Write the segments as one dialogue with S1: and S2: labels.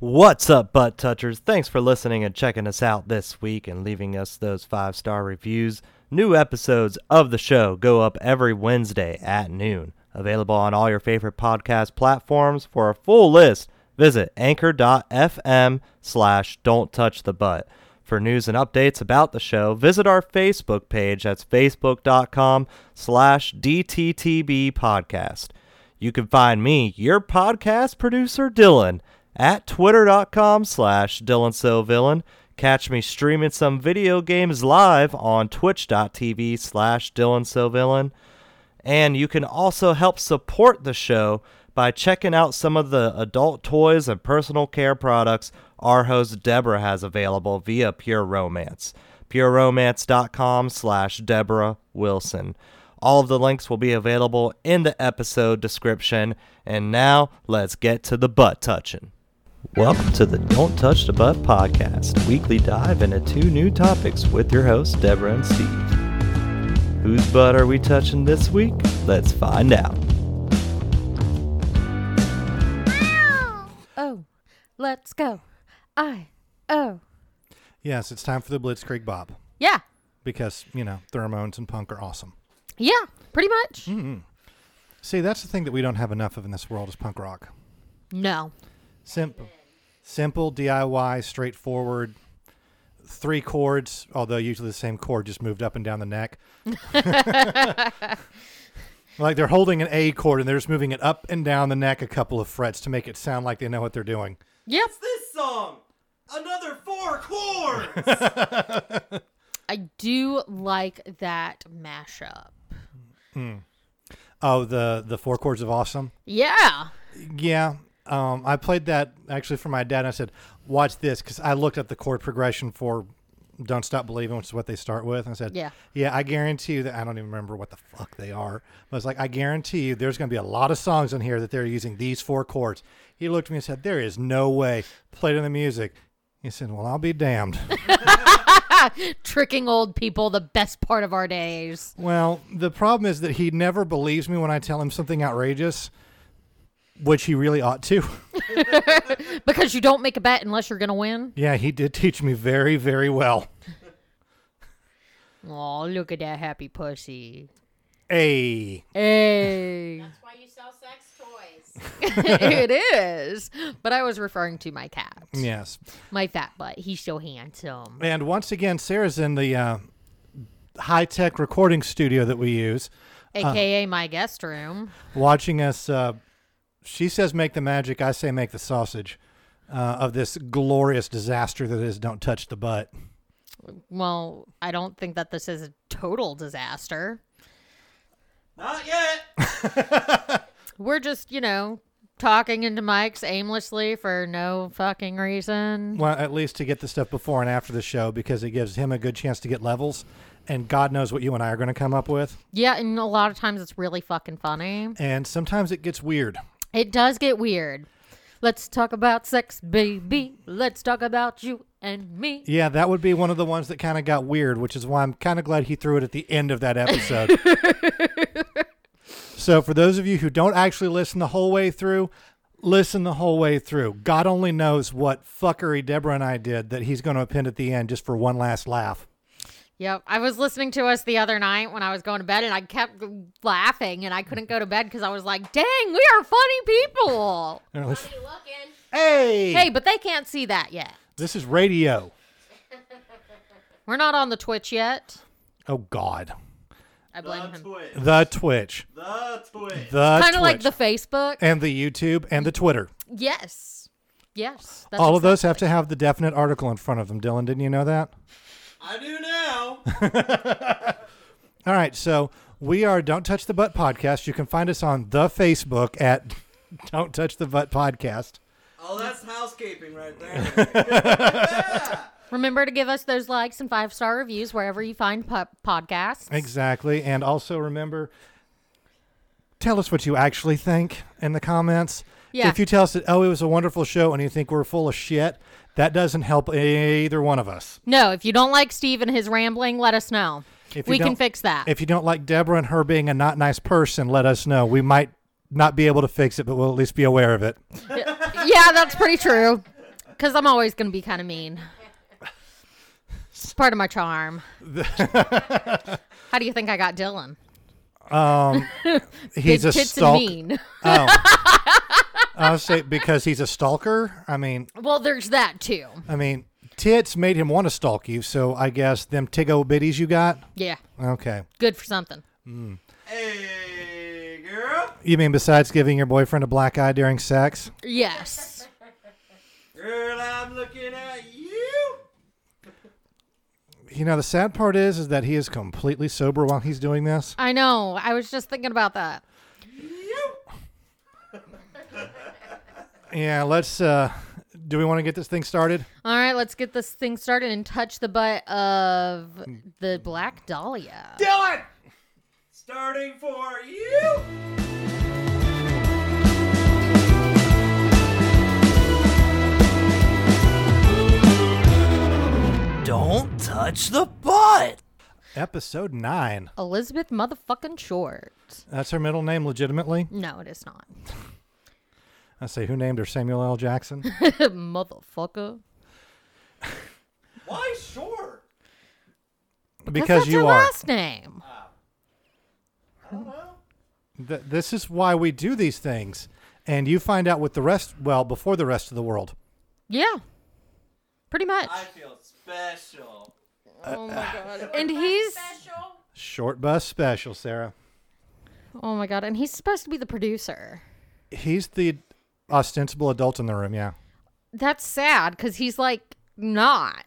S1: What's up, butt touchers? Thanks for listening and checking us out this week and leaving us those five star reviews. New episodes of the show go up every Wednesday at noon. Available on all your favorite podcast platforms. For a full list, visit anchor.fm slash don't touch the butt. For news and updates about the show, visit our Facebook page. That's facebook.com slash DTTB podcast. You can find me, your podcast producer, Dylan, at twitter.com slash dylansillvillain. Catch me streaming some video games live on twitch.tv slash dylansillvillain. And you can also help support the show by checking out some of the adult toys and personal care products our host Deborah has available via Pure Romance. PureRomance.com slash Deborah Wilson. All of the links will be available in the episode description. And now let's get to the butt touching. Welcome to the Don't Touch the Butt podcast, weekly dive into two new topics with your hosts, Deborah and Steve. Whose butt are we touching this week? Let's find out.
S2: Oh, let's go. I oh
S3: Yes, it's time for the Blitzkrieg Bob
S2: yeah
S3: because, you know, pheromones and punk are awesome.
S2: yeah pretty much.
S3: See, that's the thing that we don't have enough of in this world is punk rock.
S2: No,
S3: Simple. Simple, DIY, straightforward, three chords, although usually the same chord just moved up and down the neck. like they're holding an A chord and they're just moving it up and down the neck a couple of frets to make it sound like they know what they're doing.
S2: yep.
S1: This song, another four chords.
S2: I do like that mashup.
S3: Oh, the the four chords of awesome.
S2: Yeah,
S3: Yeah. Um, I played that actually for my dad. And I said, watch this because I looked up the chord progression for Don't Stop Believing, which is what they start with. And I said,
S2: Yeah.
S3: Yeah, I guarantee you that I don't even remember what the fuck they are. But I was like, I guarantee you there's going to be a lot of songs in here that they're using these four chords. He looked at me and said, There is no way. Played in the music. He said, Well, I'll be damned.
S2: tricking old people the best part of our days.
S3: Well, the problem is that he never believes me when I tell him something outrageous, which he really ought to.
S2: Because you don't make a bet unless you're gonna win.
S3: yeah, he did teach me very, very well.
S2: Oh, look at that happy pussy.
S3: Hey.
S2: Hey,
S4: why you sell sex toys.
S2: it is. But I was referring to my cat,
S3: Yes.
S2: my fat butt. He's so handsome.
S3: And once again, Sarah's in the uh, high tech recording studio that we use,
S2: AKA my guest room.
S3: watching us. Uh, she says, make the magic. I say, make the sausage uh, of this glorious disaster that is Don't Touch the Butt.
S2: Well, I don't think that this is a total disaster.
S1: Not yet.
S2: We're just, you know, talking into mics aimlessly for no fucking reason.
S3: Well, at least to get the stuff before and after the show because it gives him a good chance to get levels. And God knows what you and I are going to come up with.
S2: Yeah, and a lot of times it's really fucking funny.
S3: And sometimes it gets weird.
S2: It does get weird. Let's talk about sex, baby. Let's talk about you and me.
S3: Yeah, that would be one of the ones that kind of got weird, which is why I'm kind of glad he threw it at the end of that episode. so, for those of you who don't actually listen the whole way through, listen the whole way through. God only knows what fuckery Deborah and I did that he's going to append at the end just for one last laugh.
S2: Yep. I was listening to us the other night when I was going to bed and I kept laughing and I couldn't go to bed because I was like, dang, we are funny people.
S3: And it was,
S4: You looking?
S3: Hey,
S2: hey, but they can't see that yet.
S3: this is radio.
S2: We're not on the Twitch yet.
S3: Oh, God.
S2: I blame him.
S3: The Twitch. The Twitch. The
S2: Kind of
S3: Twitch.
S2: like the Facebook.
S3: and the YouTube and the Twitter.
S2: Yes. Yes. That's
S3: All of those have
S2: exactly-
S3: to have the definite article in front of them. Dylan, didn't you know that?
S1: I do now.
S3: All right, so we are Don't Touch the Butt podcast. You can find us on the Facebook at Don't Touch the Butt podcast.
S1: Oh, that's housekeeping right there.
S2: Remember to give us those likes and five star reviews wherever you find po- podcasts.
S3: Exactly, and also remember, tell us what you actually think in the comments.
S2: Yeah.
S3: If you tell us that oh it was a wonderful show and you think we're full of shit, that doesn't help either one of us.
S2: No, if you don't like Steve and his rambling, let us know.
S3: If you
S2: we can
S3: don't-
S2: fix that.
S3: If you don't like Deborah and her being a not nice person, let us know. We might not be able to fix it, but we'll at least be aware of it.
S2: yeah, that's pretty true. because I'm always going to be kind of mean. It's part of my charm. How do you think I got Dylan?
S3: He's
S2: Big
S3: a
S2: tits
S3: stalk-
S2: and mean.
S3: I'll say because he's a stalker. I mean,
S2: well, there's that too.
S3: I mean, tits made him want to stalk you. So I guess them tiggo bitties you got.
S2: Yeah,
S3: Okay.
S2: good for something.
S1: Hey, girl.
S3: You mean besides giving your boyfriend a black eye during sex?
S2: Yes.
S1: Girl, I'm looking at you.
S3: You know, the sad part is, is that he is completely sober while he's doing this.
S2: I know. I was just thinking about that.
S3: Yeah. Let's. uh Do we want to get this thing started?
S2: All right, let's get this thing started and touch the butt of the Black Dahlia.
S1: Dylan. Starting for you. Don't touch the butt.
S3: Episode nine.
S2: Elizabeth motherfucking Short.
S3: That's her middle name, legitimately.
S2: No, it is not.
S3: I say, who named her Samuel L. Jackson?
S2: Motherfucker.
S1: Why short?
S3: Because
S2: that's
S3: you
S2: her
S3: are.
S2: last name.
S3: Th- this is why we do these things, and you find out with the rest. Well, before the rest of the world.
S2: Yeah. Pretty much.
S1: feel special.
S2: oh my god. And he's
S4: Special.
S3: Short bus special, Sarah.
S2: Oh my god, and he's supposed to be the producer.
S3: He's the ostensible adult in the room. Yeah.
S2: That's sad cuz he's like not.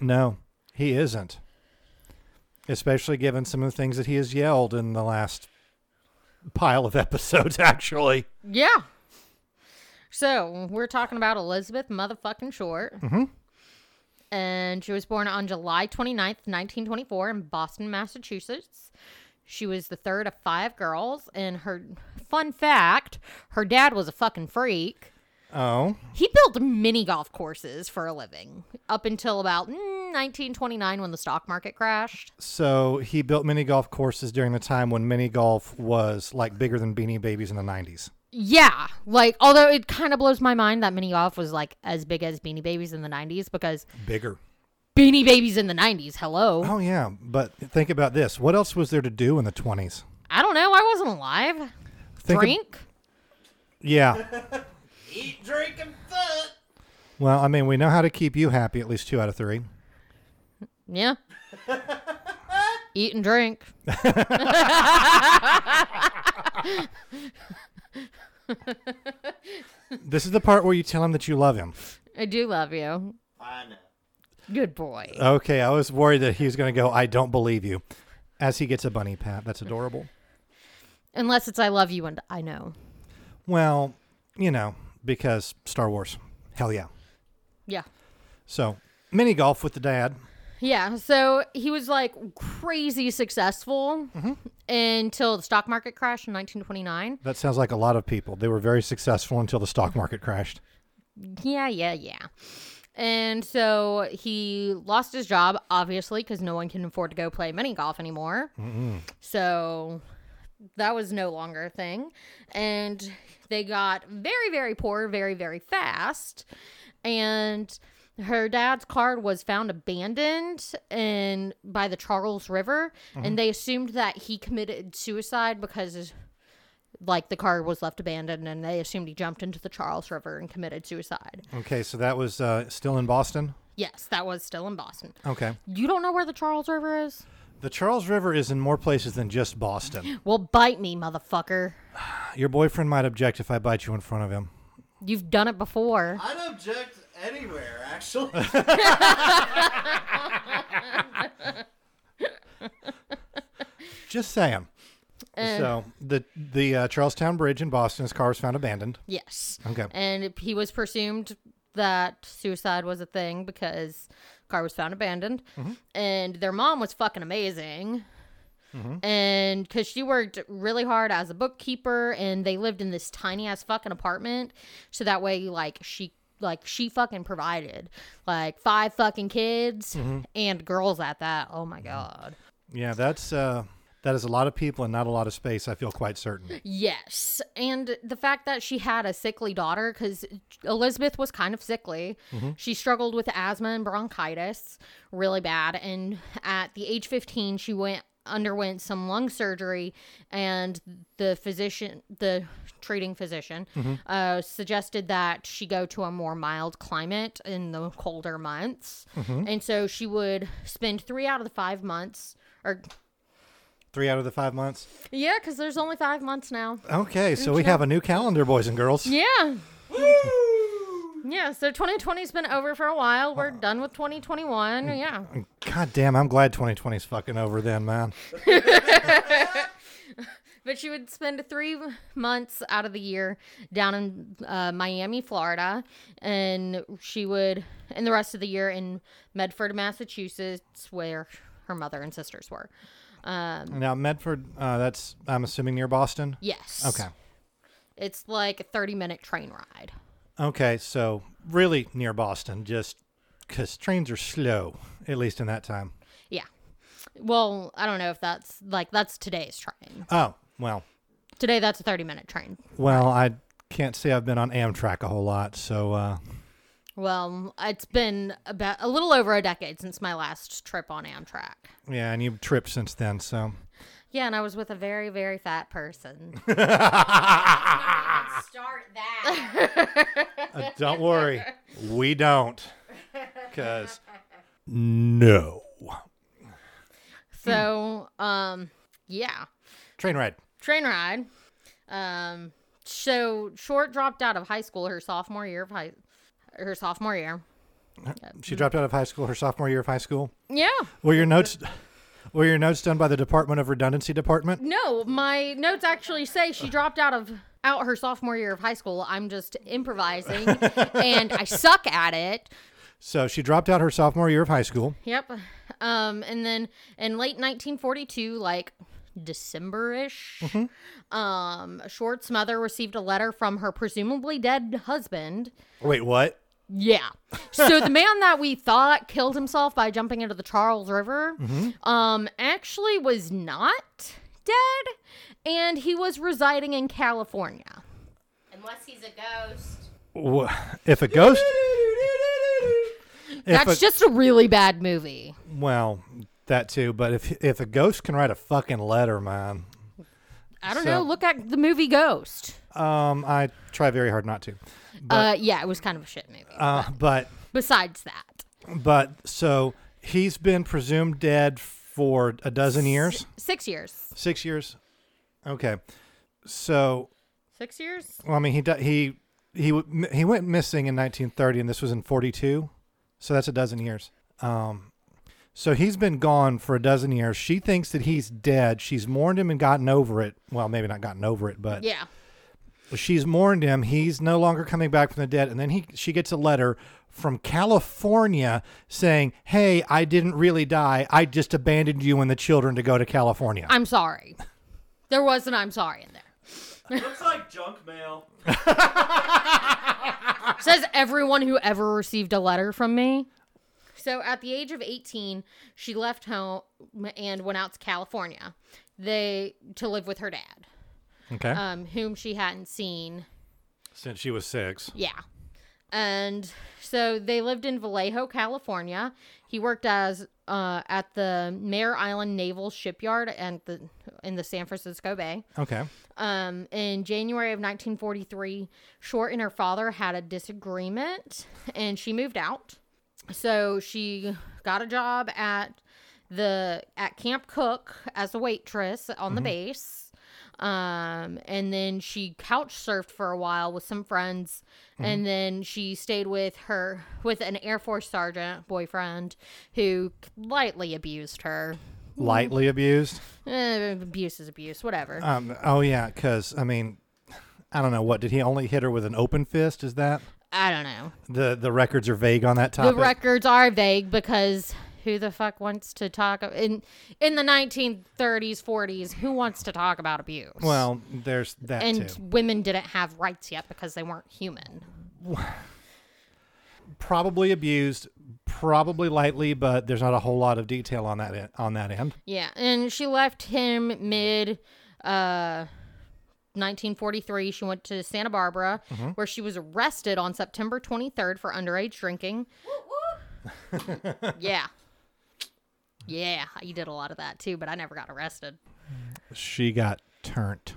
S3: No, he isn't. Especially given some of the things that he has yelled in the last pile of episodes. Actually,
S2: Yeah. So, we're talking about Elizabeth motherfucking Short. Mhm. And she was born on July 29th, 1924 in Boston, Massachusetts. She was the third of five girls and her fun fact, her dad was a fucking freak.
S3: oh,
S2: He built mini golf courses for a living up until about mm, 1929 when the stock market crashed.
S3: so he built mini golf courses during the time when mini golf was like bigger than Beanie Babies in the '90s.
S2: Yeah, like although it kind of blows my mind that mini golf was like as big as Beanie Babies in the 90s because
S3: Bigger.
S2: Beanie Babies in the 90s, hello.
S3: Oh yeah, but think about this. What else was there to do in the twenties?
S2: I don't know, I wasn't alive.
S3: Think ab-
S2: Drink?
S3: yeah.
S1: Eat, drink, and fuck.
S3: Well, I mean, we know how to keep you happy at least two out of three.
S2: yeah. Eat and drink.
S3: This is the part where you tell him that you love him.
S2: I do love you.
S1: I know.
S2: Good boy.
S3: Okay, I was worried that he was going to go. I don't believe you. As he gets a bunny pat, that's adorable.
S2: Unless it's I love you and I know.
S3: Well, you know, because Star Wars. Hell yeah.
S2: Yeah.
S3: So mini golf with the dad.
S2: Yeah, so he was like crazy successful until the stock market crash in 1929.
S3: That sounds like a lot of people. They were very successful until the stock market crashed.
S2: Yeah, yeah, yeah. And so he lost his job, obviously, because no one can afford to go play mini golf anymore. So that was no longer a thing. And they got very, very poor, very, very fast. And her dad's car was found abandoned and by the Charles River. And they assumed that he committed suicide because like the car was left abandoned and they assumed he jumped into the Charles River and committed suicide.
S3: Okay, so that was uh, still in Boston.
S2: Yes, that was still in Boston.
S3: Okay.
S2: You don't know where the Charles River is?
S3: The Charles River is in more places than just Boston.
S2: Well, bite me, motherfucker.
S3: Your boyfriend might object if I bite you in front of him.
S2: You've done it before.
S1: I'd object anywhere, actually.
S3: Just saying. so the the uh, Charlestown Bridge in Boston, his car was found abandoned.
S2: Yes.
S3: Okay.
S2: And he was presumed that suicide was a thing because car was found abandoned. And their mom was fucking amazing. And because she worked really hard as a bookkeeper, and they lived in this tiny ass fucking apartment, so that way, like she, like she fucking provided, like five fucking kids and girls at that. Oh my god,
S3: Yeah, that's uh, That is a lot of people and not a lot of space, I feel quite certain.
S2: Yes. And the fact that she had a sickly daughter, because Elizabeth was kind of sickly. She struggled with asthma and bronchitis really bad. And at the age 15, she went underwent some lung surgery and the physician the treating physician uh, suggested that she go to a more mild climate in the colder months and so she would spend three out of the five months or
S3: Three out of the five months.
S2: yeah because there's only five months now
S3: Okay, so we have a new calendar, boys and girls.
S2: Yeah. Yeah, so 2020's been over for a while. We're done with 2021. Yeah.
S3: God damn, I'm glad 2020's fucking over then, man.
S2: But she would spend three months out of the year down in uh, Miami, Florida. And she would, and the rest of the year in Medford, Massachusetts, where her mother and sisters were. Um,
S3: Now, Medford, uh, that's, I'm assuming, near Boston?
S2: yes.
S3: Okay.
S2: It's like a 30 minute train ride.
S3: Okay, so really near Boston, just because trains are slow, at least in that time.
S2: Yeah. Well, I don't know if that's like, that's today's train.
S3: Oh, well,
S2: Today, that's a 30 minute train.
S3: well, I can't say I've been on Amtrak a whole lot, so uh,
S2: Well, it's been about a little over a decade since my last trip on Amtrak.
S3: yeah, and you've tripped since then, so.
S2: Yeah, and I was with a very, very fat person.
S4: Let's start that.
S3: Uh, don't worry, we don't, because no
S2: so, um, yeah,
S3: train ride.
S2: train ride. Um, so short dropped out of high school her sophomore year of high, her sophomore year.
S3: She dropped out of high school her sophomore year of high school.
S2: Yeah,
S3: Were your notes? Were your notes done by the Department of Redundancy Department?
S2: no, my notes actually say she dropped out of out her sophomore year of high school. I'm just improvising, and I suck at it.
S3: So she dropped out her sophomore year of high school.
S2: Yep. Um, and then in late 1942, like December ish,
S3: Mm-hmm.
S2: um, Short's mother received a letter from her presumably dead husband.
S3: Wait, what?
S2: Yeah. So the man that we thought killed himself by jumping into the Charles River,
S3: Mm-hmm.
S2: um, actually was not dead, and he was residing in California.
S4: Unless he's a ghost.
S3: Wha- If a ghost? If
S2: That's
S3: a,
S2: just a really bad movie.
S3: well, that too. But if if a ghost can write a fucking letter, man,
S2: I don't
S3: So-
S2: know. Look at the movie Ghost.
S3: um, I try very hard not to.
S2: Uh, yeah, it was kind of a shit movie.
S3: Uh, but
S2: Besides that.
S3: but so he's been presumed dead for a dozen years,
S2: Six years.
S3: six years. Okay, so
S2: Six years?
S3: Well, I mean, he di- he he w- he went missing in 1930, and this was in 42, so that's a dozen years. Um, so he's been gone for a dozen years. She thinks that he's dead. She's mourned him and gotten over it. Well, maybe not gotten over it, but
S2: Yeah.
S3: she's mourned him. He's no longer coming back from the dead, and then he she gets a letter from California saying, "Hey, I didn't really die. I just abandoned you and the children to go to California."
S2: I'm sorry. There was an I'm sorry in there.
S1: Looks like junk mail.
S2: Says everyone who ever received a letter from me. So at the age of 18, she left home and went out to California. They to live with her dad,
S3: okay,
S2: um, whom she hadn't seen
S3: since she was six.
S2: Yeah. And so they lived in Vallejo, California. He worked as uh, at the Mare Island Naval Shipyard and the in the San Francisco Bay.
S3: Okay,
S2: Um, in January of 1943, Short and her father had a disagreement, and she moved out. So she got a job at the at Camp Cook as a waitress on the base. Um, and then she couch surfed for a while with some friends, and then she stayed with her with an Air Force sergeant boyfriend who lightly abused her.
S3: lightly abused.
S2: Eh, abuse is abuse, whatever.
S3: Um, oh yeah, because I mean, I don't know what did he only hit her with an open fist? Is that
S2: I don't know.
S3: the the records are vague on that
S2: the
S3: topic?
S2: records are vague because who the fuck wants to talk in in the 1930s 40s who wants to talk about abuse
S3: well, there's that
S2: and
S3: too.
S2: women didn't have rights yet because they weren't human
S3: Probably abused. probably lightly, but there's not a whole lot of detail on that e- on that end.
S2: Yeah, and she left him mid uh 1943. She went to Santa Barbara
S3: Mm-hmm.
S2: where she was arrested on September 23rd for underage drinking. yeah. Yeah, you did a lot of that too, but I never got arrested.
S3: She got turned.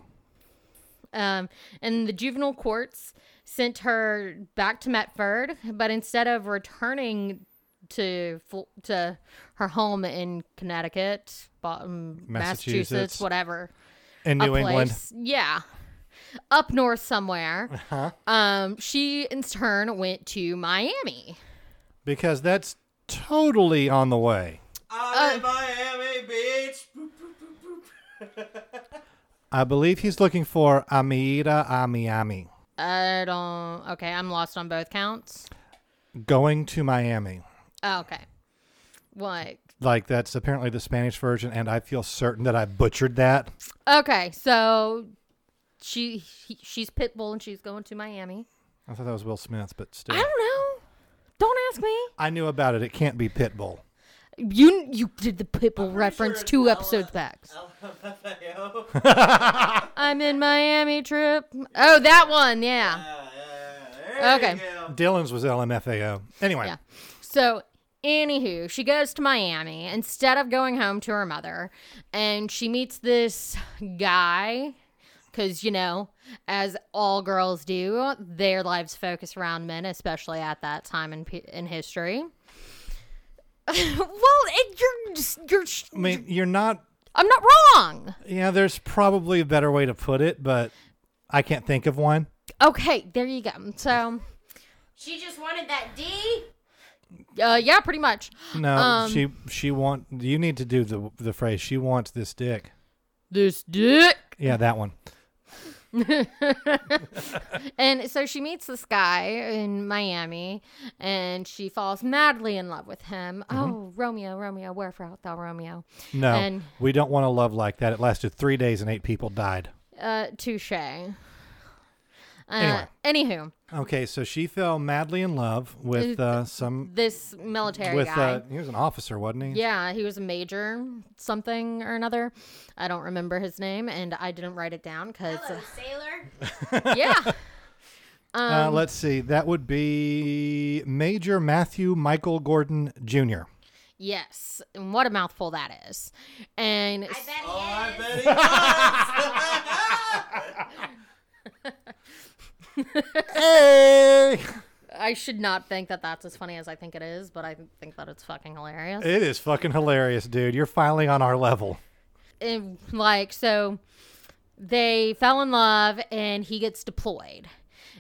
S2: Um, and the juvenile courts sent her back to Metford, but instead of returning to Fl- to her home in Connecticut, Boston, Massachusetts,
S3: Massachusetts.
S2: whatever,
S3: In New
S2: a
S3: England.
S2: place, yeah, up north somewhere,
S3: Uh-huh.
S2: um, she in turn went to Miami.
S3: Because that's totally on the way.
S2: Uh,
S5: Miami Beach.
S3: I believe he's looking for Amida a Miami.
S2: I don't. Okay, I'm lost on both counts.
S3: Going to Miami.
S2: Oh, okay, what?
S3: Like that's apparently the Spanish version, and I feel certain that I butchered that.
S2: Okay, so she he, she's Pitbull and she's going to Miami.
S3: I thought that was Will Smith, but still.
S2: I don't know. Don't ask me.
S3: I knew about it. It can't be Pitbull.
S2: You you did the Pitbull reference two episodes back. I'm in Miami trip. Oh, that one, yeah. Okay.
S3: Dylan's was LMFAO. Anyway,
S2: Yeah. So, anywho, she goes to Miami instead of going home to her mother, and she meets this guy. Because, you know, as all girls do, their lives focus around men, especially at that time in, pe- in history. well, it, you're, just- you're, sh-
S3: I mean, you're not.
S2: I'm not wrong.
S3: Yeah, there's probably a better way to put it, but I can't think of one.
S2: Okay, there you go. So,
S4: She just wanted that D.
S2: uh, yeah, pretty much.
S3: No,
S2: Um,
S3: she she want. You need to do the the phrase. She wants this dick.
S2: This dick.
S3: Yeah, that one.
S2: And so she meets this guy in Miami and she falls madly in love with him. Oh, Romeo, Romeo, wherefore art thou, Romeo?
S3: No,
S2: And-
S3: we don't want a love like that. It lasted three days and eight people died.
S2: Uh, touche. Uh, Anywho,
S3: Okay, so she fell madly in love with uh, some
S2: this military
S3: with
S2: guy.
S3: uh, he was an officer, wasn't he?
S2: yeah, he was a major something or another. I don't remember his name and I didn't write it down because,
S4: Hello, sailor.
S2: yeah.
S3: Uh,
S2: um,
S3: let's see. That would be Major Matthew Michael Gordon Jr.
S2: Yes. And what a mouthful that is. And
S4: Oh, I bet he is.
S3: Hey,
S2: I should not think that that's as funny as I think it is, but I think that it's fucking hilarious.
S3: it is fucking hilarious, dude. You're finally on our level.
S2: and like so they fell in love and he gets deployed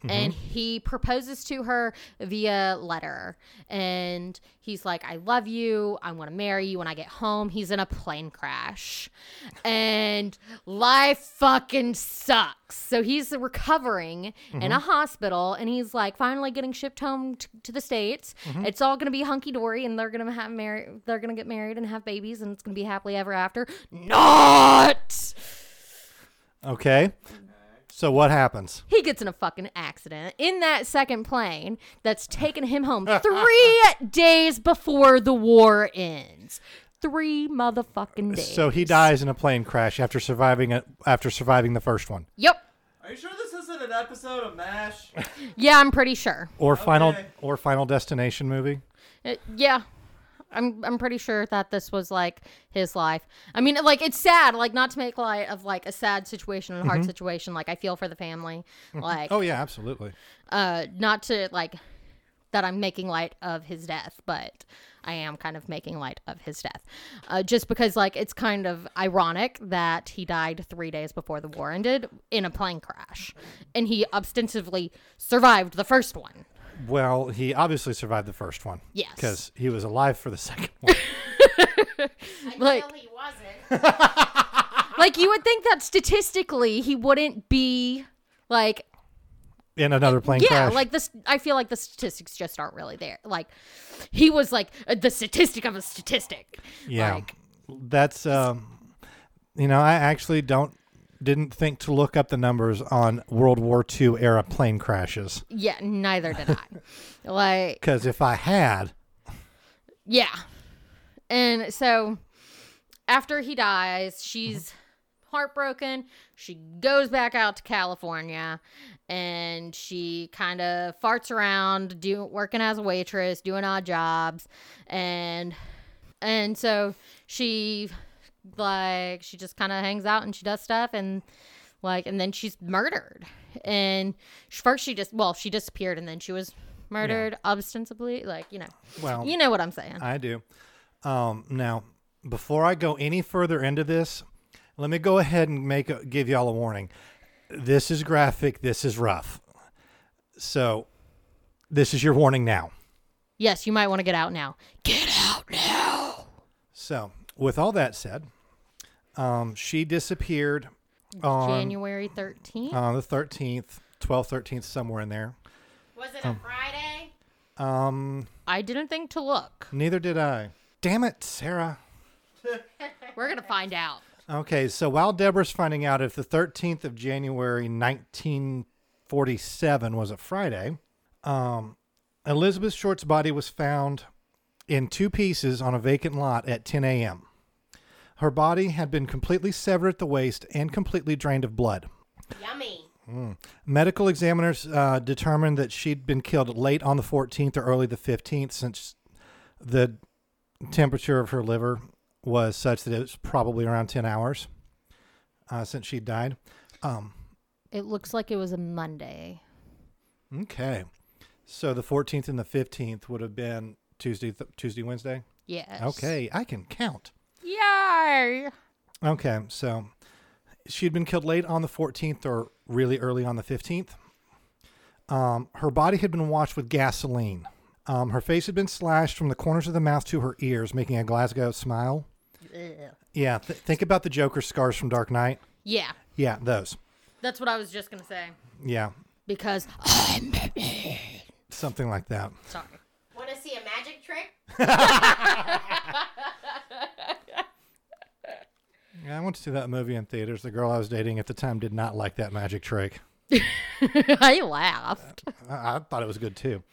S2: and he proposes to her via letter and he's like i love you i want to marry you when i get home he's in a plane crash and life fucking sucks so he's recovering in a hospital and he's like finally getting shipped home t- to the states it's all gonna be hunky-dory and they're gonna have married they're gonna get married and have babies and it's gonna be happily ever after not
S3: Okay. So what happens?
S2: He gets in a fucking accident in that second plane that's taking him home three days before the war ends. Three motherfucking days.
S3: So he dies in a plane crash after surviving it after surviving the first one
S2: Yep.
S5: Are you sure this isn't an episode of MASH?
S2: Yeah, I'm pretty sure.
S3: or final
S5: Okay.
S3: or final destination movie.
S2: Uh, yeah. I'm I'm pretty sure that this was like his life. I mean, like it's sad, like not to make light of like a sad situation and a hard
S3: Mm-hmm.
S2: situation. Like I feel for the family. Like
S3: Oh yeah, absolutely.
S2: uh not to like that I'm making light of his death, but I am kind of making light of his death. Uh, just because, like, it's kind of ironic that he died three days before the war ended in a plane crash. And he ostensibly survived the first one.
S3: Well, he obviously survived the first one.
S2: Yes.
S3: Because he was alive for the second one.
S2: Like-
S4: Until he wasn't.
S2: Like, you would think that statistically he wouldn't be, like,
S3: in another plane
S2: yeah,
S3: crash.
S2: like this. I feel like the statistics just aren't really there. Like, he was like the statistic of a statistic.
S3: yeah.
S2: Like,
S3: That's um you know, I actually don't didn't think to look up the numbers on World War II era plane crashes.
S2: yeah, neither did I. like,
S3: Because if I had,
S2: Yeah. And so after he dies, she's heartbroken. She goes back out to California and she kind of farts around do working as a waitress, doing odd jobs and and so she like she just kind of hangs out and she does stuff and like and then she's murdered. And sh- first she just well, she disappeared and then she was murdered ostensibly like, you know.
S3: Well,
S2: You know what I'm saying.
S3: I do. Um, now, before I go any further into this, let me go ahead and make a, give y'all a warning. This is graphic. This is rough. So, this is your warning now.
S2: Yes, you might want to get out now. Get out now.
S3: So, with all that said, um, she disappeared on
S2: January 13th.
S3: on the 13th, 12th, 13th, somewhere in there.
S4: Was it a Friday?
S3: Um,
S2: I didn't think to look.
S3: neither did I. Damn it, Sarah.
S2: We're going to find out.
S3: Okay, so while Deborah's finding out if the 13th of January 1947 was a Friday, um, Elizabeth Short's body was found in two pieces on a vacant lot at 10 a.m. Her body had been completely severed at the waist and completely drained of blood.
S4: Yummy.
S3: Medical examiners uh, determined that she'd been killed late on the 14th or early the 15th, since the temperature of her liver was such that it was probably around 10 hours uh, since she died. Um,
S2: It looks like it was a Monday.
S3: okay, so the 14th and the 15th would have been Tuesday, th- Tuesday, Wednesday.
S2: Yes.
S3: Okay, I can count.
S2: Yay.
S3: Okay, so she'd been killed late on the 14th or really early on the 15th. Um, her body had been washed with gasoline. Um, her face had been slashed from the corners of the mouth to her ears, making a Glasgow smile. Yeah, th- think about the Joker scars from Dark Knight.
S2: Yeah.
S3: Yeah, those.
S2: That's what I was just going to say.
S3: Yeah,
S2: Because oh,
S3: something like that.
S2: sorry.
S4: Want to see a magic trick?
S3: Yeah, I went to see that movie in theaters. The girl I was dating at the time did not like that magic trick.
S2: I laughed.
S3: I, I thought it was good too.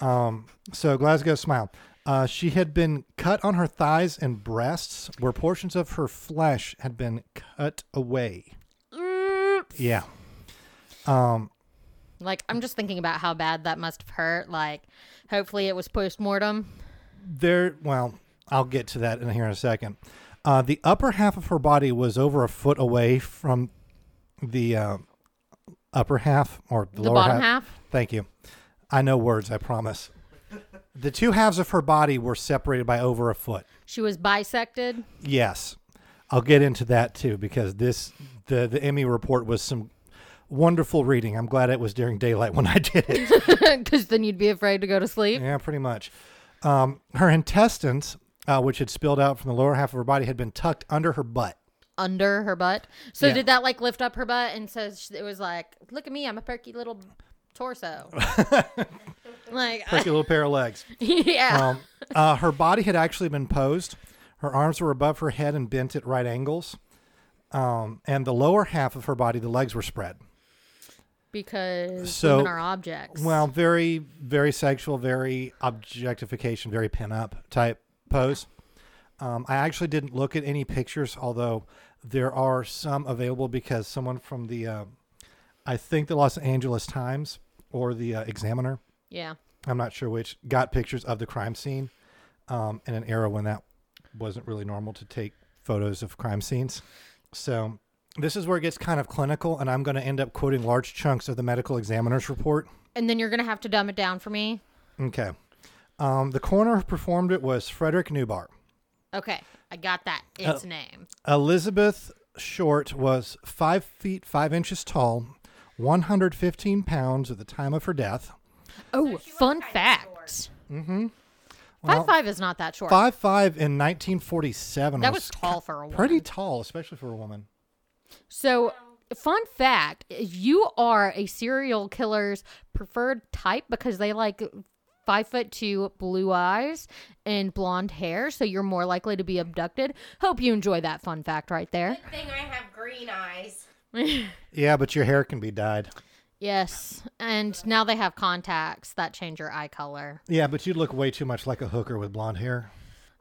S3: Um, so Glasgow smile. Uh, she had been cut on her thighs and breasts, where portions of her flesh had been cut away. Yeah,
S2: Like I'm just thinking about how bad that must have hurt. Like hopefully it was postmortem.
S3: there. Well, I'll get to that in here in a second. Uh, the upper half of her body was over a foot away from the uh, upper half or the,
S2: The
S3: lower
S2: bottom
S3: half.
S2: half?
S3: Thank you. I know words. I promise. The two halves of her body were separated by over a foot.
S2: She was bisected.
S3: Yes. I'll get into that too because this the the Emmy report was some wonderful reading. I'm glad it was during daylight when I did it.
S2: Cuz then you'd be afraid to go to sleep.
S3: yeah, pretty much. Um, her intestines, uh, which had spilled out from the lower half of her body, had been tucked under her butt.
S2: under her butt. So
S3: Yeah.
S2: did that like lift up her butt and so sh- it was like, look at me, I'm a perky little torso. like
S3: Like a little pair of legs.
S2: yeah.
S3: Um, uh, her body had actually been posed. Her arms were above her head and bent at right angles. Um, and the lower half of her body, the legs were spread.
S2: because
S3: so-
S2: women are objects.
S3: Well, very, very sexual, very objectification, very pin-up type pose. Um, I actually didn't look at any pictures, although there are some available because someone from the, uh, I think the Los Angeles Times or the uh, Examiner,
S2: yeah.
S3: I'm not sure which, got pictures of the crime scene um, in an era when that wasn't really normal to take photos of crime scenes. So this is where it gets kind of clinical, and I'm going to end up quoting large chunks of the medical examiner's report.
S2: And then you're gonna have to dumb it down for me.
S3: Okay. Um, the coroner who performed it was Frederick Newbar.
S2: Okay, I got that.
S3: Oh.
S2: Its name.
S3: Elizabeth Short was five feet five inches tall, 115 pounds at the time of her death.
S2: Oh, fun fact. Mm-hmm. Five five is not that short.
S3: Five five in 1947.
S2: That was tall for a woman.
S3: Pretty tall, especially for a woman.
S2: So, fun fact you are a serial killer's preferred type because they like five foot two, blue eyes, and blonde hair. So, you're more likely to be abducted. Hope you enjoy that fun fact right there.
S4: Good thing I have green eyes.
S3: Yeah, but your hair can be dyed.
S2: Yes. And now they have contacts that change your eye color.
S3: Yeah, but you look way too much like a hooker with blonde hair.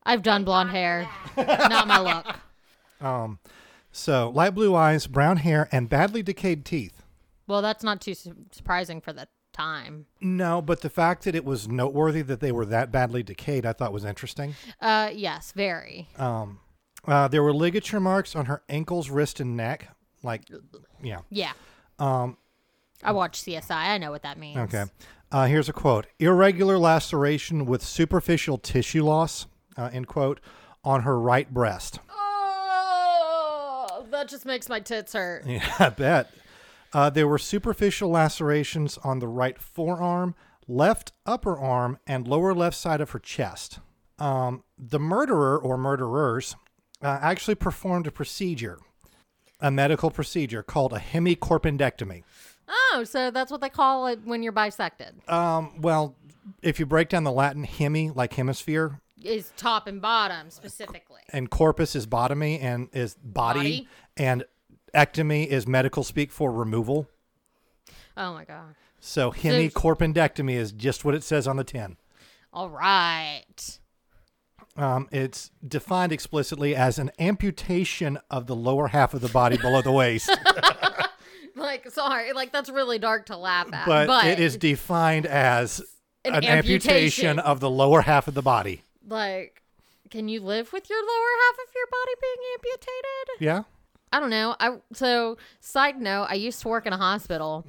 S2: I've done blonde hair. Not my look.
S3: So light blue eyes, brown hair, and badly decayed teeth.
S2: Well, that's not too su- surprising for the time.
S3: No, but the fact that it was noteworthy that they were that badly decayed, I thought was interesting.
S2: Uh, yes, very.
S3: Uh, there were ligature marks on her ankles, wrist, and neck. Like, yeah.
S2: yeah. Um, I watch CSI. I know what that means.
S3: Okay. Uh, here's a quote Irregular laceration with superficial tissue loss, uh, end quote, on her right breast.
S2: Oh, that just makes my tits hurt.
S3: Yeah, I bet. Uh, there were superficial lacerations on the right forearm, left upper arm, and lower left side of her chest. Um, the murderer or murderers uh, actually performed a procedure, a medical procedure called a hemicorpendectomy.
S2: Oh, so that's what they call it when you're bisected.
S3: Um, well, if you break down the Latin hemi, like hemisphere,
S2: Is top and bottom specifically.
S3: and corpus is bottomy and is body,
S2: Body.
S3: and ectomy is medical speak for removal.
S2: Oh my god.
S3: So hemicorpendectomy is just what it says on the tin.
S2: All right.
S3: Um, it's defined explicitly as an amputation of the lower half of the body below the waist,
S2: Like, sorry, like that's really dark to laugh at.
S3: but,
S2: But,
S3: it is defined as an,
S2: An
S3: amputation
S2: amputation.
S3: of the lower half of the body.
S2: like, can you live with your lower half of your body being amputated?
S3: Yeah.
S2: I don't know. I so side note, I used to work in a hospital,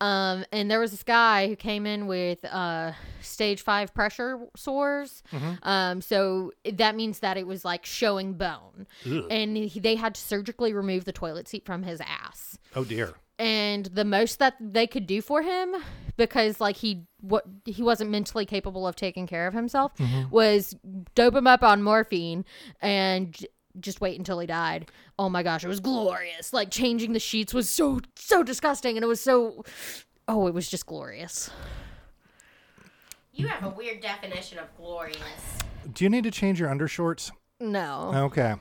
S2: um, and there was this guy who came in with uh, stage five pressure sores. Um, so that means that it was like showing bone, and he, they had to surgically remove the toilet seat from his ass.
S3: Oh dear.
S2: And the most that they could do for him, because like he what he wasn't mentally capable of taking care of himself, was dope him up on morphine and. j- Just wait until he died. Oh my gosh, it was glorious. Like changing the sheets was so so disgusting, and it was so oh, it was just glorious.
S4: You have a weird definition of glorious.
S3: Do you need to change your undershorts?
S2: No,
S3: Okay.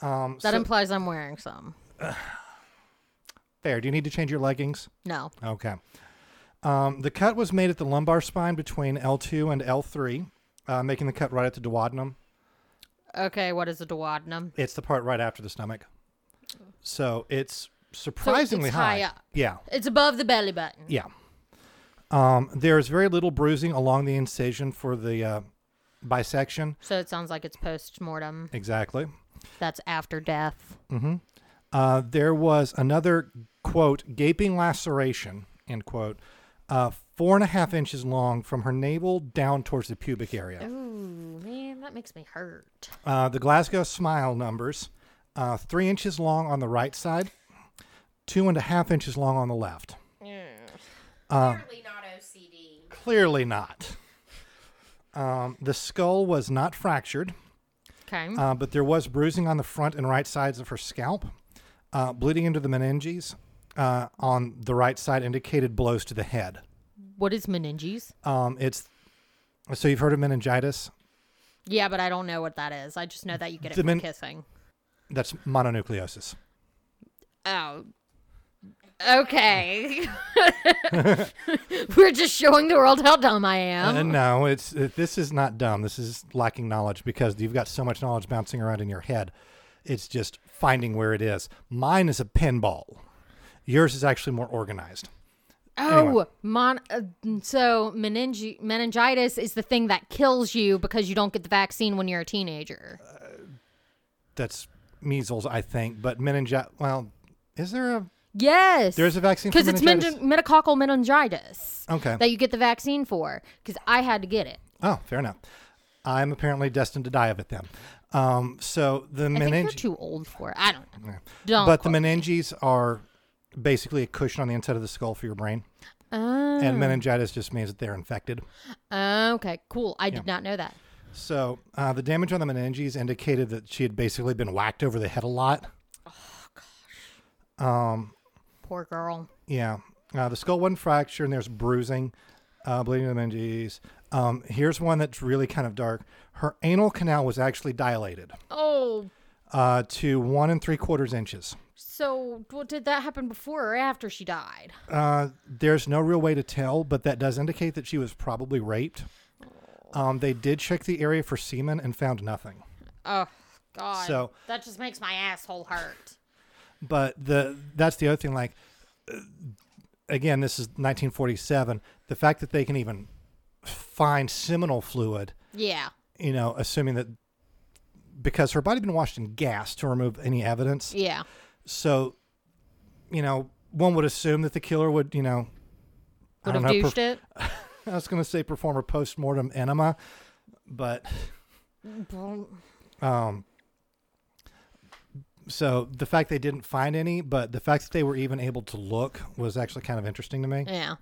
S2: that implies I'm wearing some.
S3: Fair. Do you need to change your leggings?
S2: No,
S3: Okay. Um, the cut was made at the lumbar spine between L2 and L3, uh, making the cut right at the duodenum.
S2: okay. What is a duodenum?
S3: It's the part right after the stomach. So it's surprisingly
S2: high up.
S3: Yeah.
S2: It's above the belly button.
S3: Yeah. Um, there's very little bruising along the incision for the uh, bisection.
S2: So it sounds like it's post mortem.
S3: Exactly.
S2: That's after death.
S3: Uh, there was another, quote, gaping laceration, end quote, uh, four and a half inches long from her navel down towards the pubic area.
S2: Oh. Ooh, man, that makes me hurt.
S3: Uh, the Glasgow smile numbers uh, three inches long on the right side, two and a half inches long on the left.
S2: Uh.
S4: Clearly not OCD.
S3: Clearly not. Um, the skull was not fractured,
S2: Okay.
S3: uh, but there was bruising on the front and right sides of her scalp, uh, bleeding into the meninges uh, on the right side indicated blows to the head.
S2: what is meninges?
S3: Um, it's so you've heard of meningitis?
S2: Yeah, but I don't know what that is. I just know that you get it
S3: The
S2: from
S3: men-
S2: kissing.
S3: That's mononucleosis.
S2: Oh. Okay. We're just showing the world how dumb I am.
S3: Uh, no, it's uh, this is not dumb. This is lacking knowledge because you've got so much knowledge bouncing around in your head. It's just finding where it is. Mine is a pinball. Yours is actually more organized.
S2: oh,
S3: anyway.
S2: mon- uh, so meningi- meningitis is the thing that kills you because you don't get the vaccine when you're a teenager.
S3: That's measles, I think. But meningitis. Well, is there a
S2: Yes.
S3: there's a vaccine? for
S2: because it's
S3: meningitis?
S2: menin- meningococcal meningitis
S3: okay.
S2: that you get the vaccine for. Because I had to get it.
S3: oh, fair enough. I'm apparently destined to die of it then. Um, so the
S2: I think you're
S3: meninges,
S2: too old for it. I don't know. Don't.
S3: but the
S2: quote me.
S3: meninges are basically a cushion on the inside of the skull for your brain,
S2: Oh.
S3: and meningitis just means that they're infected.
S2: uh, Okay, cool. I did not know that.
S3: So uh, the damage on the meninges indicated that she had basically been whacked over the head a lot.
S2: Poor girl.
S3: Yeah, uh, the skull wasn't fractured, and there's bruising, uh, bleeding of the meninges. Um, here's one that's really kind of dark. Her anal canal was actually dilated
S2: Oh,
S3: uh, to one and three quarters inches.
S2: So, well, did that happen before or after she died?
S3: Uh, there's no real way to tell, but that does indicate that she was probably raped. Um, they did check the area for semen and found nothing.
S2: Oh, God.
S3: So-
S2: that just makes my asshole hurt.
S3: But the that's the other thing. Like uh, again, this is 1947. The fact that they can even find seminal fluid,
S2: Yeah.
S3: you know, assuming that because her body had been washed in gas to remove any evidence.
S2: Yeah.
S3: So, you know, one would assume that the killer would, you know,
S2: Would
S3: I
S2: have
S3: don't know,
S2: douched
S3: perf-
S2: it.
S3: I was going to say perform a post-mortem enema, but um so the fact they didn't find any, but the fact that they were even able to look was actually kind of interesting to me.
S2: Yeah.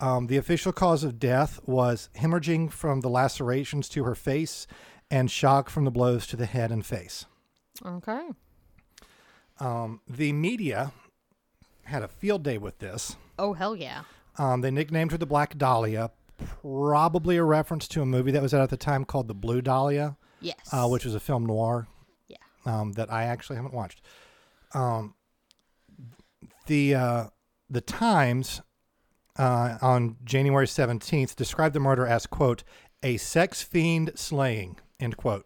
S3: Um, the official cause of death was hemorrhaging from the lacerations to her face and shock from the blows to the head and face.
S2: Okay.
S3: The media had a field day with this.
S2: Oh, hell yeah.
S3: Um, they nicknamed her the Black Dahlia, probably a reference to a movie that was out at the time called The Blue Dahlia.
S2: Yes.
S3: uh, which was a film noir.
S2: Yeah.
S3: Um, that I actually haven't watched. Um, the uh, the Times uh, on January seventeenth described the murder as quote a sex fiend slaying end quote.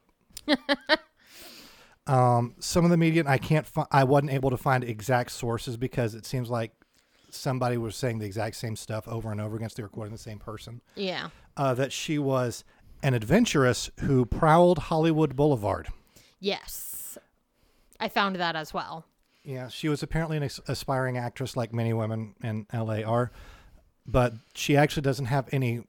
S3: um, some of the media I can't fi- I wasn't able to find exact sources because it seems like somebody was saying the exact same stuff over and over again. so They were quoting the same person
S2: Yeah.
S3: uh, that she was an adventuress who prowled Hollywood Boulevard.
S2: Yes. I found that as well.
S3: Yeah, she was apparently an as- aspiring actress, like many women in LA are, but she actually doesn't have any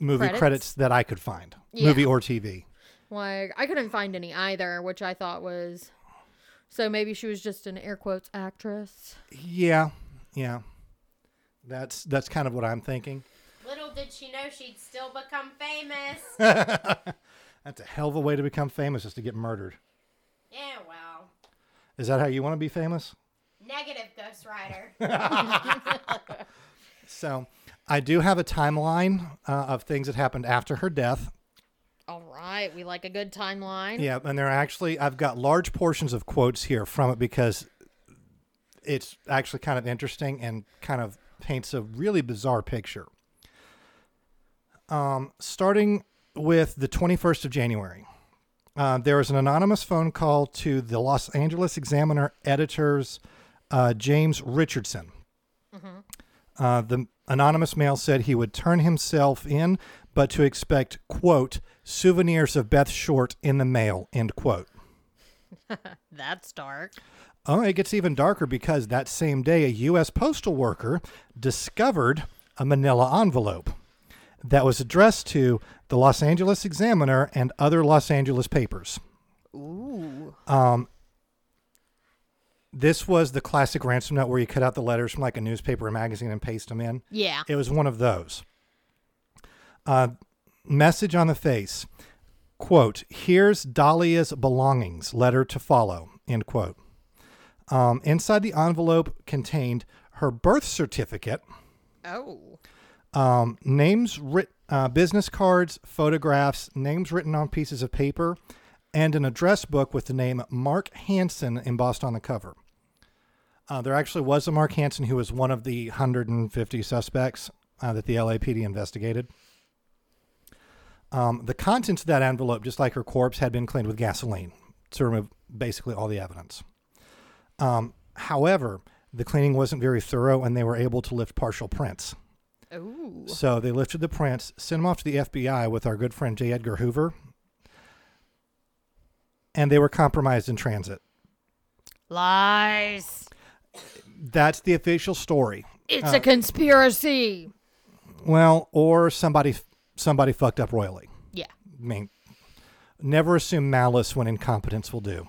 S3: movie
S2: Credits?
S3: credits, that I could find,
S2: Yeah.
S3: movie or TV.
S2: Like, I couldn't find any either, which I thought was. So maybe she was just an air quotes actress.
S3: Yeah, yeah, that's that's kind of what I'm thinking.
S4: Little did she know she'd still become famous.
S3: That's a hell of a way to become famous is to get murdered.
S4: yeah, well.
S3: Is that how you want to be famous?
S4: Negative Ghost Rider.
S3: So, I do have a timeline uh, of things that happened after her death.
S2: All right. We like a good timeline.
S3: Yeah, and they're actually I've got large portions of quotes here from it because it's actually kind of interesting and kind of paints a really bizarre picture. Um, starting with the 21st of January, uh, there was an anonymous phone call to the Los Angeles Examiner editors uh, James Richardson. Uh, the anonymous mail said he would turn himself in, but to expect, quote, souvenirs of Beth Short in the mail, end quote.
S2: That's dark.
S3: Oh, it gets even darker because that same day, a U.S. postal worker discovered a manila envelope that was addressed to the Los Angeles Examiner and other Los Angeles papers. Um,
S2: Ooh.
S3: This was the classic ransom note where you cut out the letters from like a newspaper or magazine and paste them in.
S2: Yeah.
S3: It was one of those. Uh, message on the face. Quote, here's Dahlia's belongings, letter to follow, end quote. Um, inside the envelope contained her birth certificate,
S2: Oh.
S3: um, names, writ- uh, business cards, photographs, names written on pieces of paper, and an address book with the name Mark Hansen embossed on the cover. Uh, there actually was a Mark Hansen who was one of the 150 suspects uh, that the LAPD investigated. Um, the contents of that envelope, just like her corpse, had been cleaned with gasoline to remove basically all the evidence. Um, however, the cleaning wasn't very thorough and they were able to lift partial prints.
S2: Ooh.
S3: So they lifted the prints, sent them off to the FBI with our good friend J. Edgar Hoover, and they were compromised in transit.
S2: Lies.
S3: That's the official story.
S2: It's a conspiracy.
S3: Well, or somebody somebody fucked up royally.
S2: Yeah.
S3: I mean, never assume malice when incompetence will do.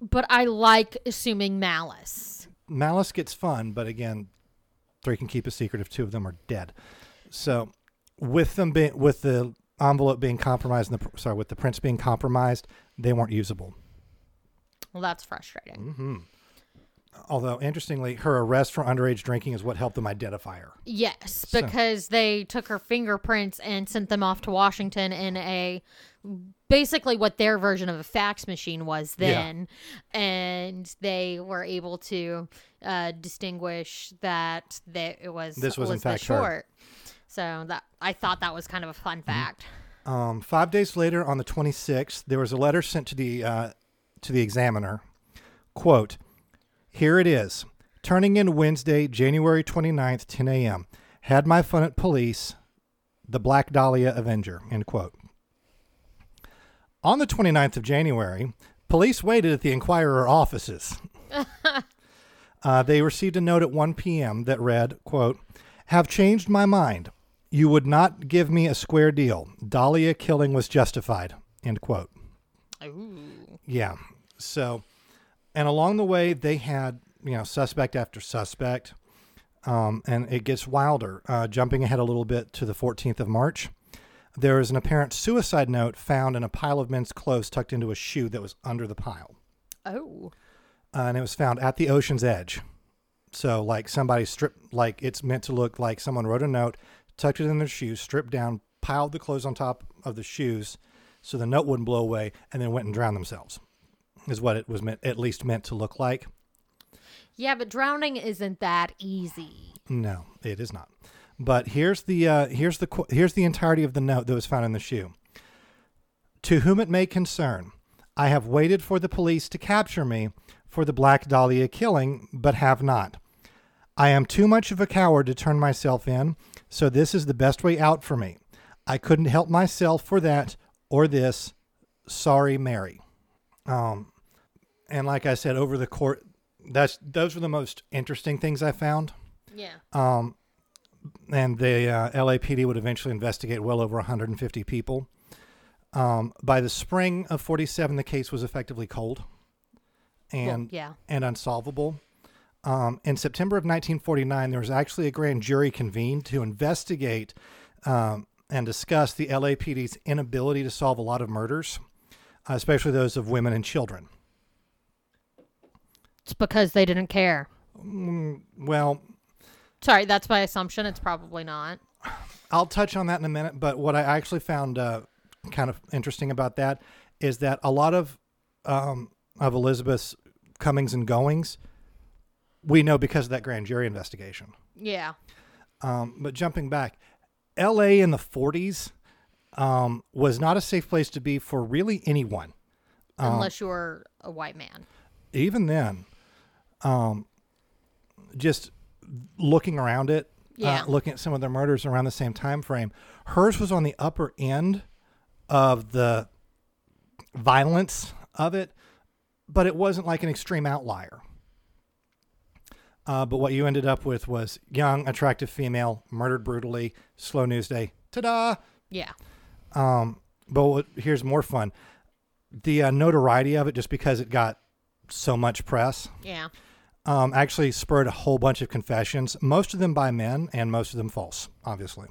S2: But I like assuming malice.
S3: Malice gets fun, but again, three can keep a secret if two of them are dead. So, with them being with the envelope being compromised, and the pr- sorry, with the prints being compromised, they weren't usable. Mm-hmm.
S2: Well, that's frustrating.
S3: Although, interestingly, her arrest for underage drinking is what helped them identify her.
S2: Yes, because they took her fingerprints and sent them off to Washington in a basically what their version of a fax machine was then. And they were able to uh, distinguish that, that it was
S3: This was in
S2: Elizabeth
S3: fact her. Mm-hmm.
S2: Short. So that I thought that was kind of a fun fact.
S3: Um, five days later, on the 26th, there was a letter sent to the uh, to the examiner. Quote: Here it is. Turning in Wednesday, January 29th, 10 a.m. Had my fun at police. The Black Dahlia Avenger. End quote. On the 29th of January, police waited at the Inquirer offices. Uh, they received a note at 1 p.m. that read, quote, Have changed my mind. You would not give me a square deal. Dahlia killing was justified, end quote. Yeah. So, and along the way, they had, you know, suspect after suspect. Um, and it gets wilder. Uh, jumping ahead a little bit to the 14th of March, there is an apparent suicide note found in a pile of men's clothes tucked into a shoe that was under the pile
S2: Oh.
S3: uh, and it was found at the ocean's edge. So, like somebody stripped, like it's meant to look like someone wrote a note, tucked it in their shoes, stripped down, piled the clothes on top of the shoes, so the note wouldn't blow away, and then went and drowned themselves. Is what it was meant, at least meant to look like.
S2: Yeah, but drowning isn't that easy.
S3: No, it is not. But here's the uh, here's the qu- here's the entirety of the note that was found in the shoe. To whom it may concern, I have waited for the police to capture me for the Black Dahlia killing, but have not. I am too much of a coward to turn myself in, so this is the best way out for me. I couldn't help myself for that or this. Sorry, Mary. Um, and like I said, over the court, that's those were the most interesting things I found
S2: Yeah.
S3: and the uh, LAPD would eventually investigate well over 150 people. Um, by the spring of 47, the case was effectively cold and
S2: yeah.
S3: and unsolvable. Um, in September of 1949, there was actually a grand jury convened to investigate um, and discuss the LAPD's inability to solve a lot of murders, uh, especially those of women and children.
S2: It's because they didn't care.
S3: Well,
S2: Sorry, that's my assumption. It's probably not.
S3: I'll touch on that in a minute, but what I actually found uh, kind of interesting about that is that a lot of um, of Elizabeth's comings and goings we know because of that grand jury investigation.
S2: Yeah.
S3: Um, but jumping back, L.A. in the '40s um, was not a safe place to be for really anyone,
S2: unless you're a white man.
S3: even then. Um, just looking around it,
S2: Yeah.
S3: uh, looking at some of the murders around the same time frame. Hers was on the upper end of the violence of it, but it wasn't like an extreme outlier. Uh, but what you ended up with was young, attractive female murdered brutally. Slow news day. Ta-da!
S2: Yeah.
S3: But what, here's more fun: the uh, notoriety of it, just because it got so much press,
S2: Yeah.
S3: um, actually spurred a whole bunch of confessions, most of them by men and most of them false, obviously.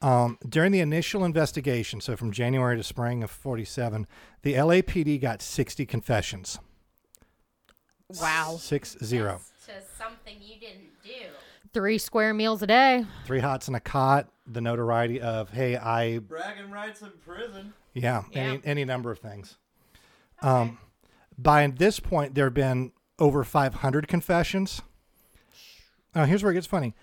S3: Um, during the initial investigation, so from January to spring of 47, the LAPD got 60 confessions.
S2: Wow.
S3: Six zero.
S4: To something you didn't do.
S2: Three square meals a day.
S3: Three hots and a cot, the notoriety of, hey, I,
S5: Bragging rights in prison.
S3: yeah,
S2: Yeah.
S3: Any, any number of things. Um, by this point, there have been over 500 confessions. Now, here's where it gets funny.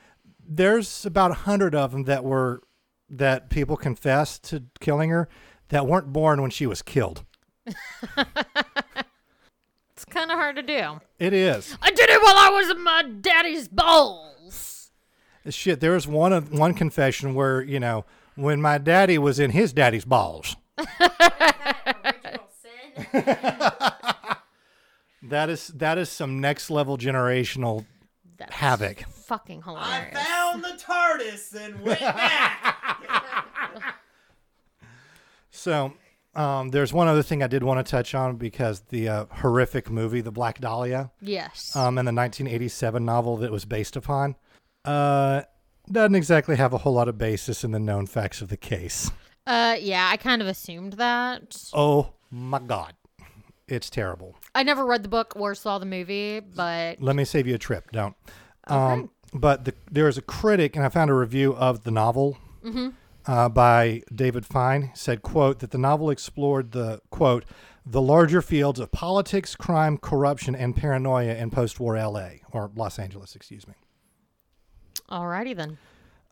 S3: There's about 100 of them that were that people confessed to killing her that weren't born when she was killed.
S2: It's kind of hard to do.
S3: It is.
S2: I did it while I was in my daddy's balls.
S3: Shit, there was one of- one confession where, you know, when my daddy was in his daddy's balls.
S4: Original sin.
S3: That is that is some next level generational
S2: That's
S3: havoc.
S2: Fucking
S5: I
S2: hilarious.
S5: found the TARDIS and went back.
S3: So um, there's one other thing I did want to touch on because the uh, horrific movie, The Black Dahlia,
S2: Yes.
S3: um, and the 1987 novel that it was based upon, uh, doesn't exactly have a whole lot of basis in the known facts of the case.
S2: uh, yeah, I kind of assumed that.
S3: Oh my God. It's terrible.
S2: I never read the book or saw the movie, but
S3: Let me save you a trip. Don't. Um, but the, there is a critic, and I found a review of the novel
S2: Mm-hmm.
S3: uh, by David Fine. Said quote that the novel explored the quote the larger fields of politics, crime, corruption, and paranoia in post-war L.A. or Los Angeles, excuse me.
S2: alrighty then.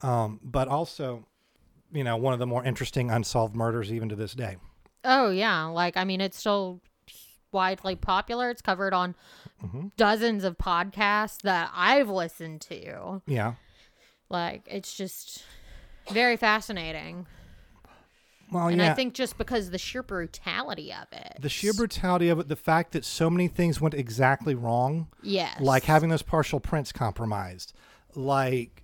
S3: But also, you know, one of the more interesting unsolved murders even to this day.
S2: Oh yeah, like I mean, it's still widely popular. It's covered on
S3: Mm-hmm.
S2: dozens of podcasts that I've listened to.
S3: Yeah.
S2: Like it's just very fascinating.
S3: Well,
S2: And
S3: yeah.
S2: I think just because the sheer brutality of it.
S3: the sheer brutality of it, the fact that so many things went exactly wrong,
S2: yes.
S3: like having those partial prints compromised, like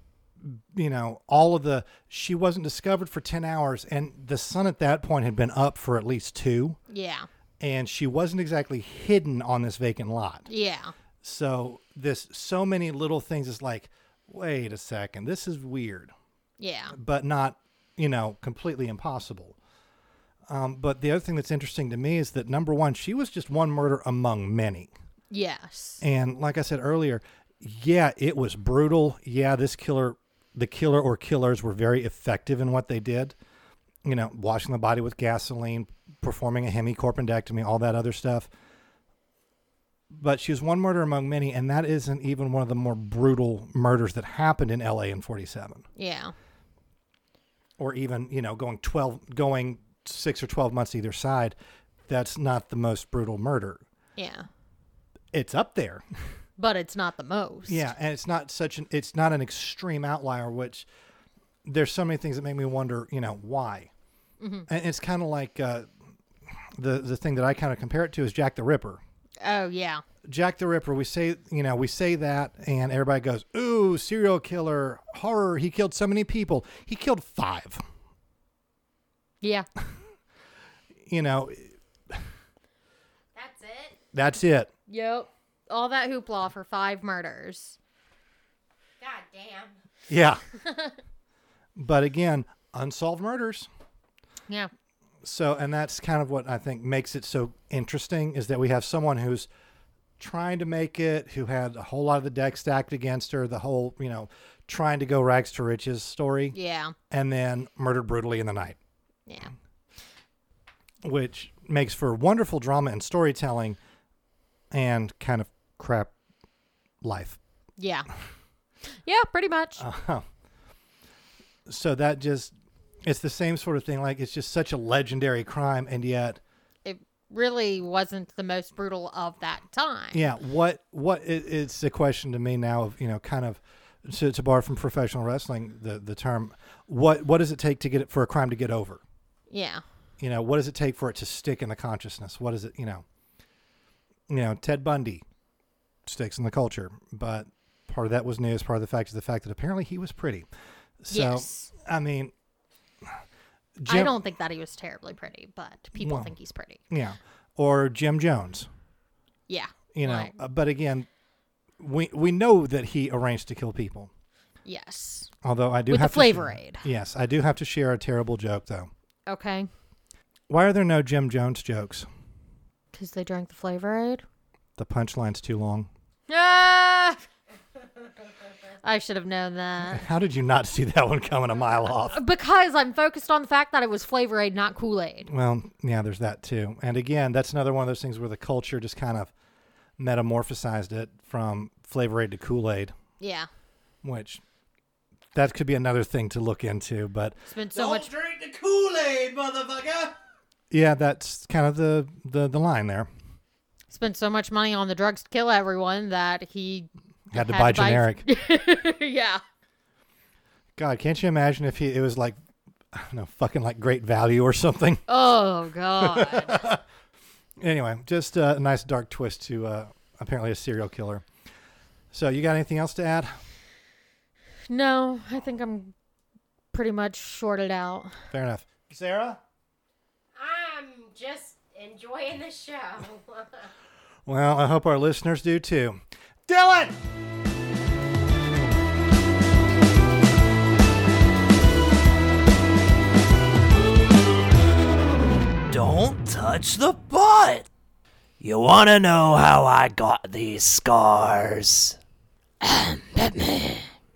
S3: you know, all of the she wasn't discovered for 10 hours and the sun at that point had been up for at least 2
S2: Yeah.
S3: and she wasn't exactly hidden on this vacant lot.
S2: Yeah.
S3: So this so many little things is like wait a second, this is weird
S2: Yeah.
S3: but not you know completely impossible. Um, but the other thing that's interesting to me is that number one, she was just one murder among many,
S2: Yes.
S3: and like I said earlier, yeah, it was brutal. Yeah, this killer, the killer or killers were very effective in what they did. You know, washing the body with gasoline, performing a hemicorpendectomy, all that other stuff. But she was one murder among many, and that isn't even one of the more brutal murders that happened in LA in 47
S2: Yeah.
S3: or even you know going 12 going 6 or 12 months either side that's not the most brutal murder
S2: Yeah.
S3: it's up there
S2: But it's not the most.
S3: yeah and it's not such an it's not an extreme outlier which there's so many things that make me wonder you know why and it's kind of like uh, the the thing that i kind of compare it to is jack the ripper
S2: Oh yeah.
S3: Jack the Ripper, we say, you know, we say that, and everybody goes, "Ooh, serial killer, horror! He killed so many people. He killed five.
S2: Yeah.
S3: You know,
S4: That's it.
S3: that's it.
S2: yep. All that hoopla for five murders.
S4: God damn.
S3: Yeah. but again, unsolved murders.
S2: Yeah.
S3: So, and that's kind of what I think makes it so interesting is that we have someone who's trying to make it, who had a whole lot of the deck stacked against her, the whole, you know, trying to go rags to riches story,
S2: Yeah.
S3: and then murdered brutally in the night,
S2: Yeah.
S3: which makes for wonderful drama and storytelling and kind of crap life.
S2: Yeah. Yeah, pretty much.
S3: So that just, it's the same sort of thing. Like, it's just such a legendary crime, and yet.
S2: it really wasn't the most brutal of that time.
S3: Yeah, what what it, it's a question to me now of you know kind of to, to borrow from professional wrestling the the term what what does it take to get it for a crime to get over
S2: Yeah.
S3: you know what does it take for it to stick in the consciousness what is it you know you know Ted Bundy sticks in the culture but part of that was news part of the fact is the fact that apparently he was pretty so
S2: Yes.
S3: I mean
S2: I
S3: Jim-
S2: don't think that he was terribly pretty, but people
S3: Well.
S2: think he's pretty.
S3: yeah or Jim Jones
S2: Yeah.
S3: you know
S2: Like,
S3: uh, but again we we know that he arranged to kill people.
S2: yes.
S3: Although I do
S2: With the
S3: have
S2: Flavor
S3: to share,
S2: Aid.
S3: Yes, I do have to share a terrible joke though.
S2: Okay.
S3: Why are there no Jim Jones jokes?
S2: Because they drank the Flavor Aid.
S3: The punchline's too long.
S2: Ah! I should have known that.
S3: How did you not see that one coming a mile off?
S2: Because I'm focused on the fact that it was Flavor Aid, not Kool Aid.
S3: Well, yeah, there's that too. And again, that's another one of those things where the culture just kind of metamorphosized it from Flavor Aid to Kool Aid,
S2: Yeah.
S3: which that could be another thing to look into. But
S2: It's been so
S5: Don't
S2: much.
S5: drink the Kool-Aid, motherfucker.
S3: yeah, that's kind of the, the, the line there.
S2: Spent so much money on the drugs to kill everyone that he
S3: Had to
S2: Had
S3: buy
S2: to buy-
S3: generic.
S2: yeah
S3: God, can't you imagine if he it was like I don't know, fucking like great value or something?
S2: oh god
S3: Anyway, just uh, a nice dark twist to uh, apparently a serial killer. So, you got anything else to add?
S2: No, I think I'm pretty much shorted out.
S3: Fair enough. Sarah?
S4: I'm just enjoying the show.
S3: Well, I hope our listeners do too. Dylan!
S1: Don't touch the butt.
S5: You wanna know how I got these scars? Batman.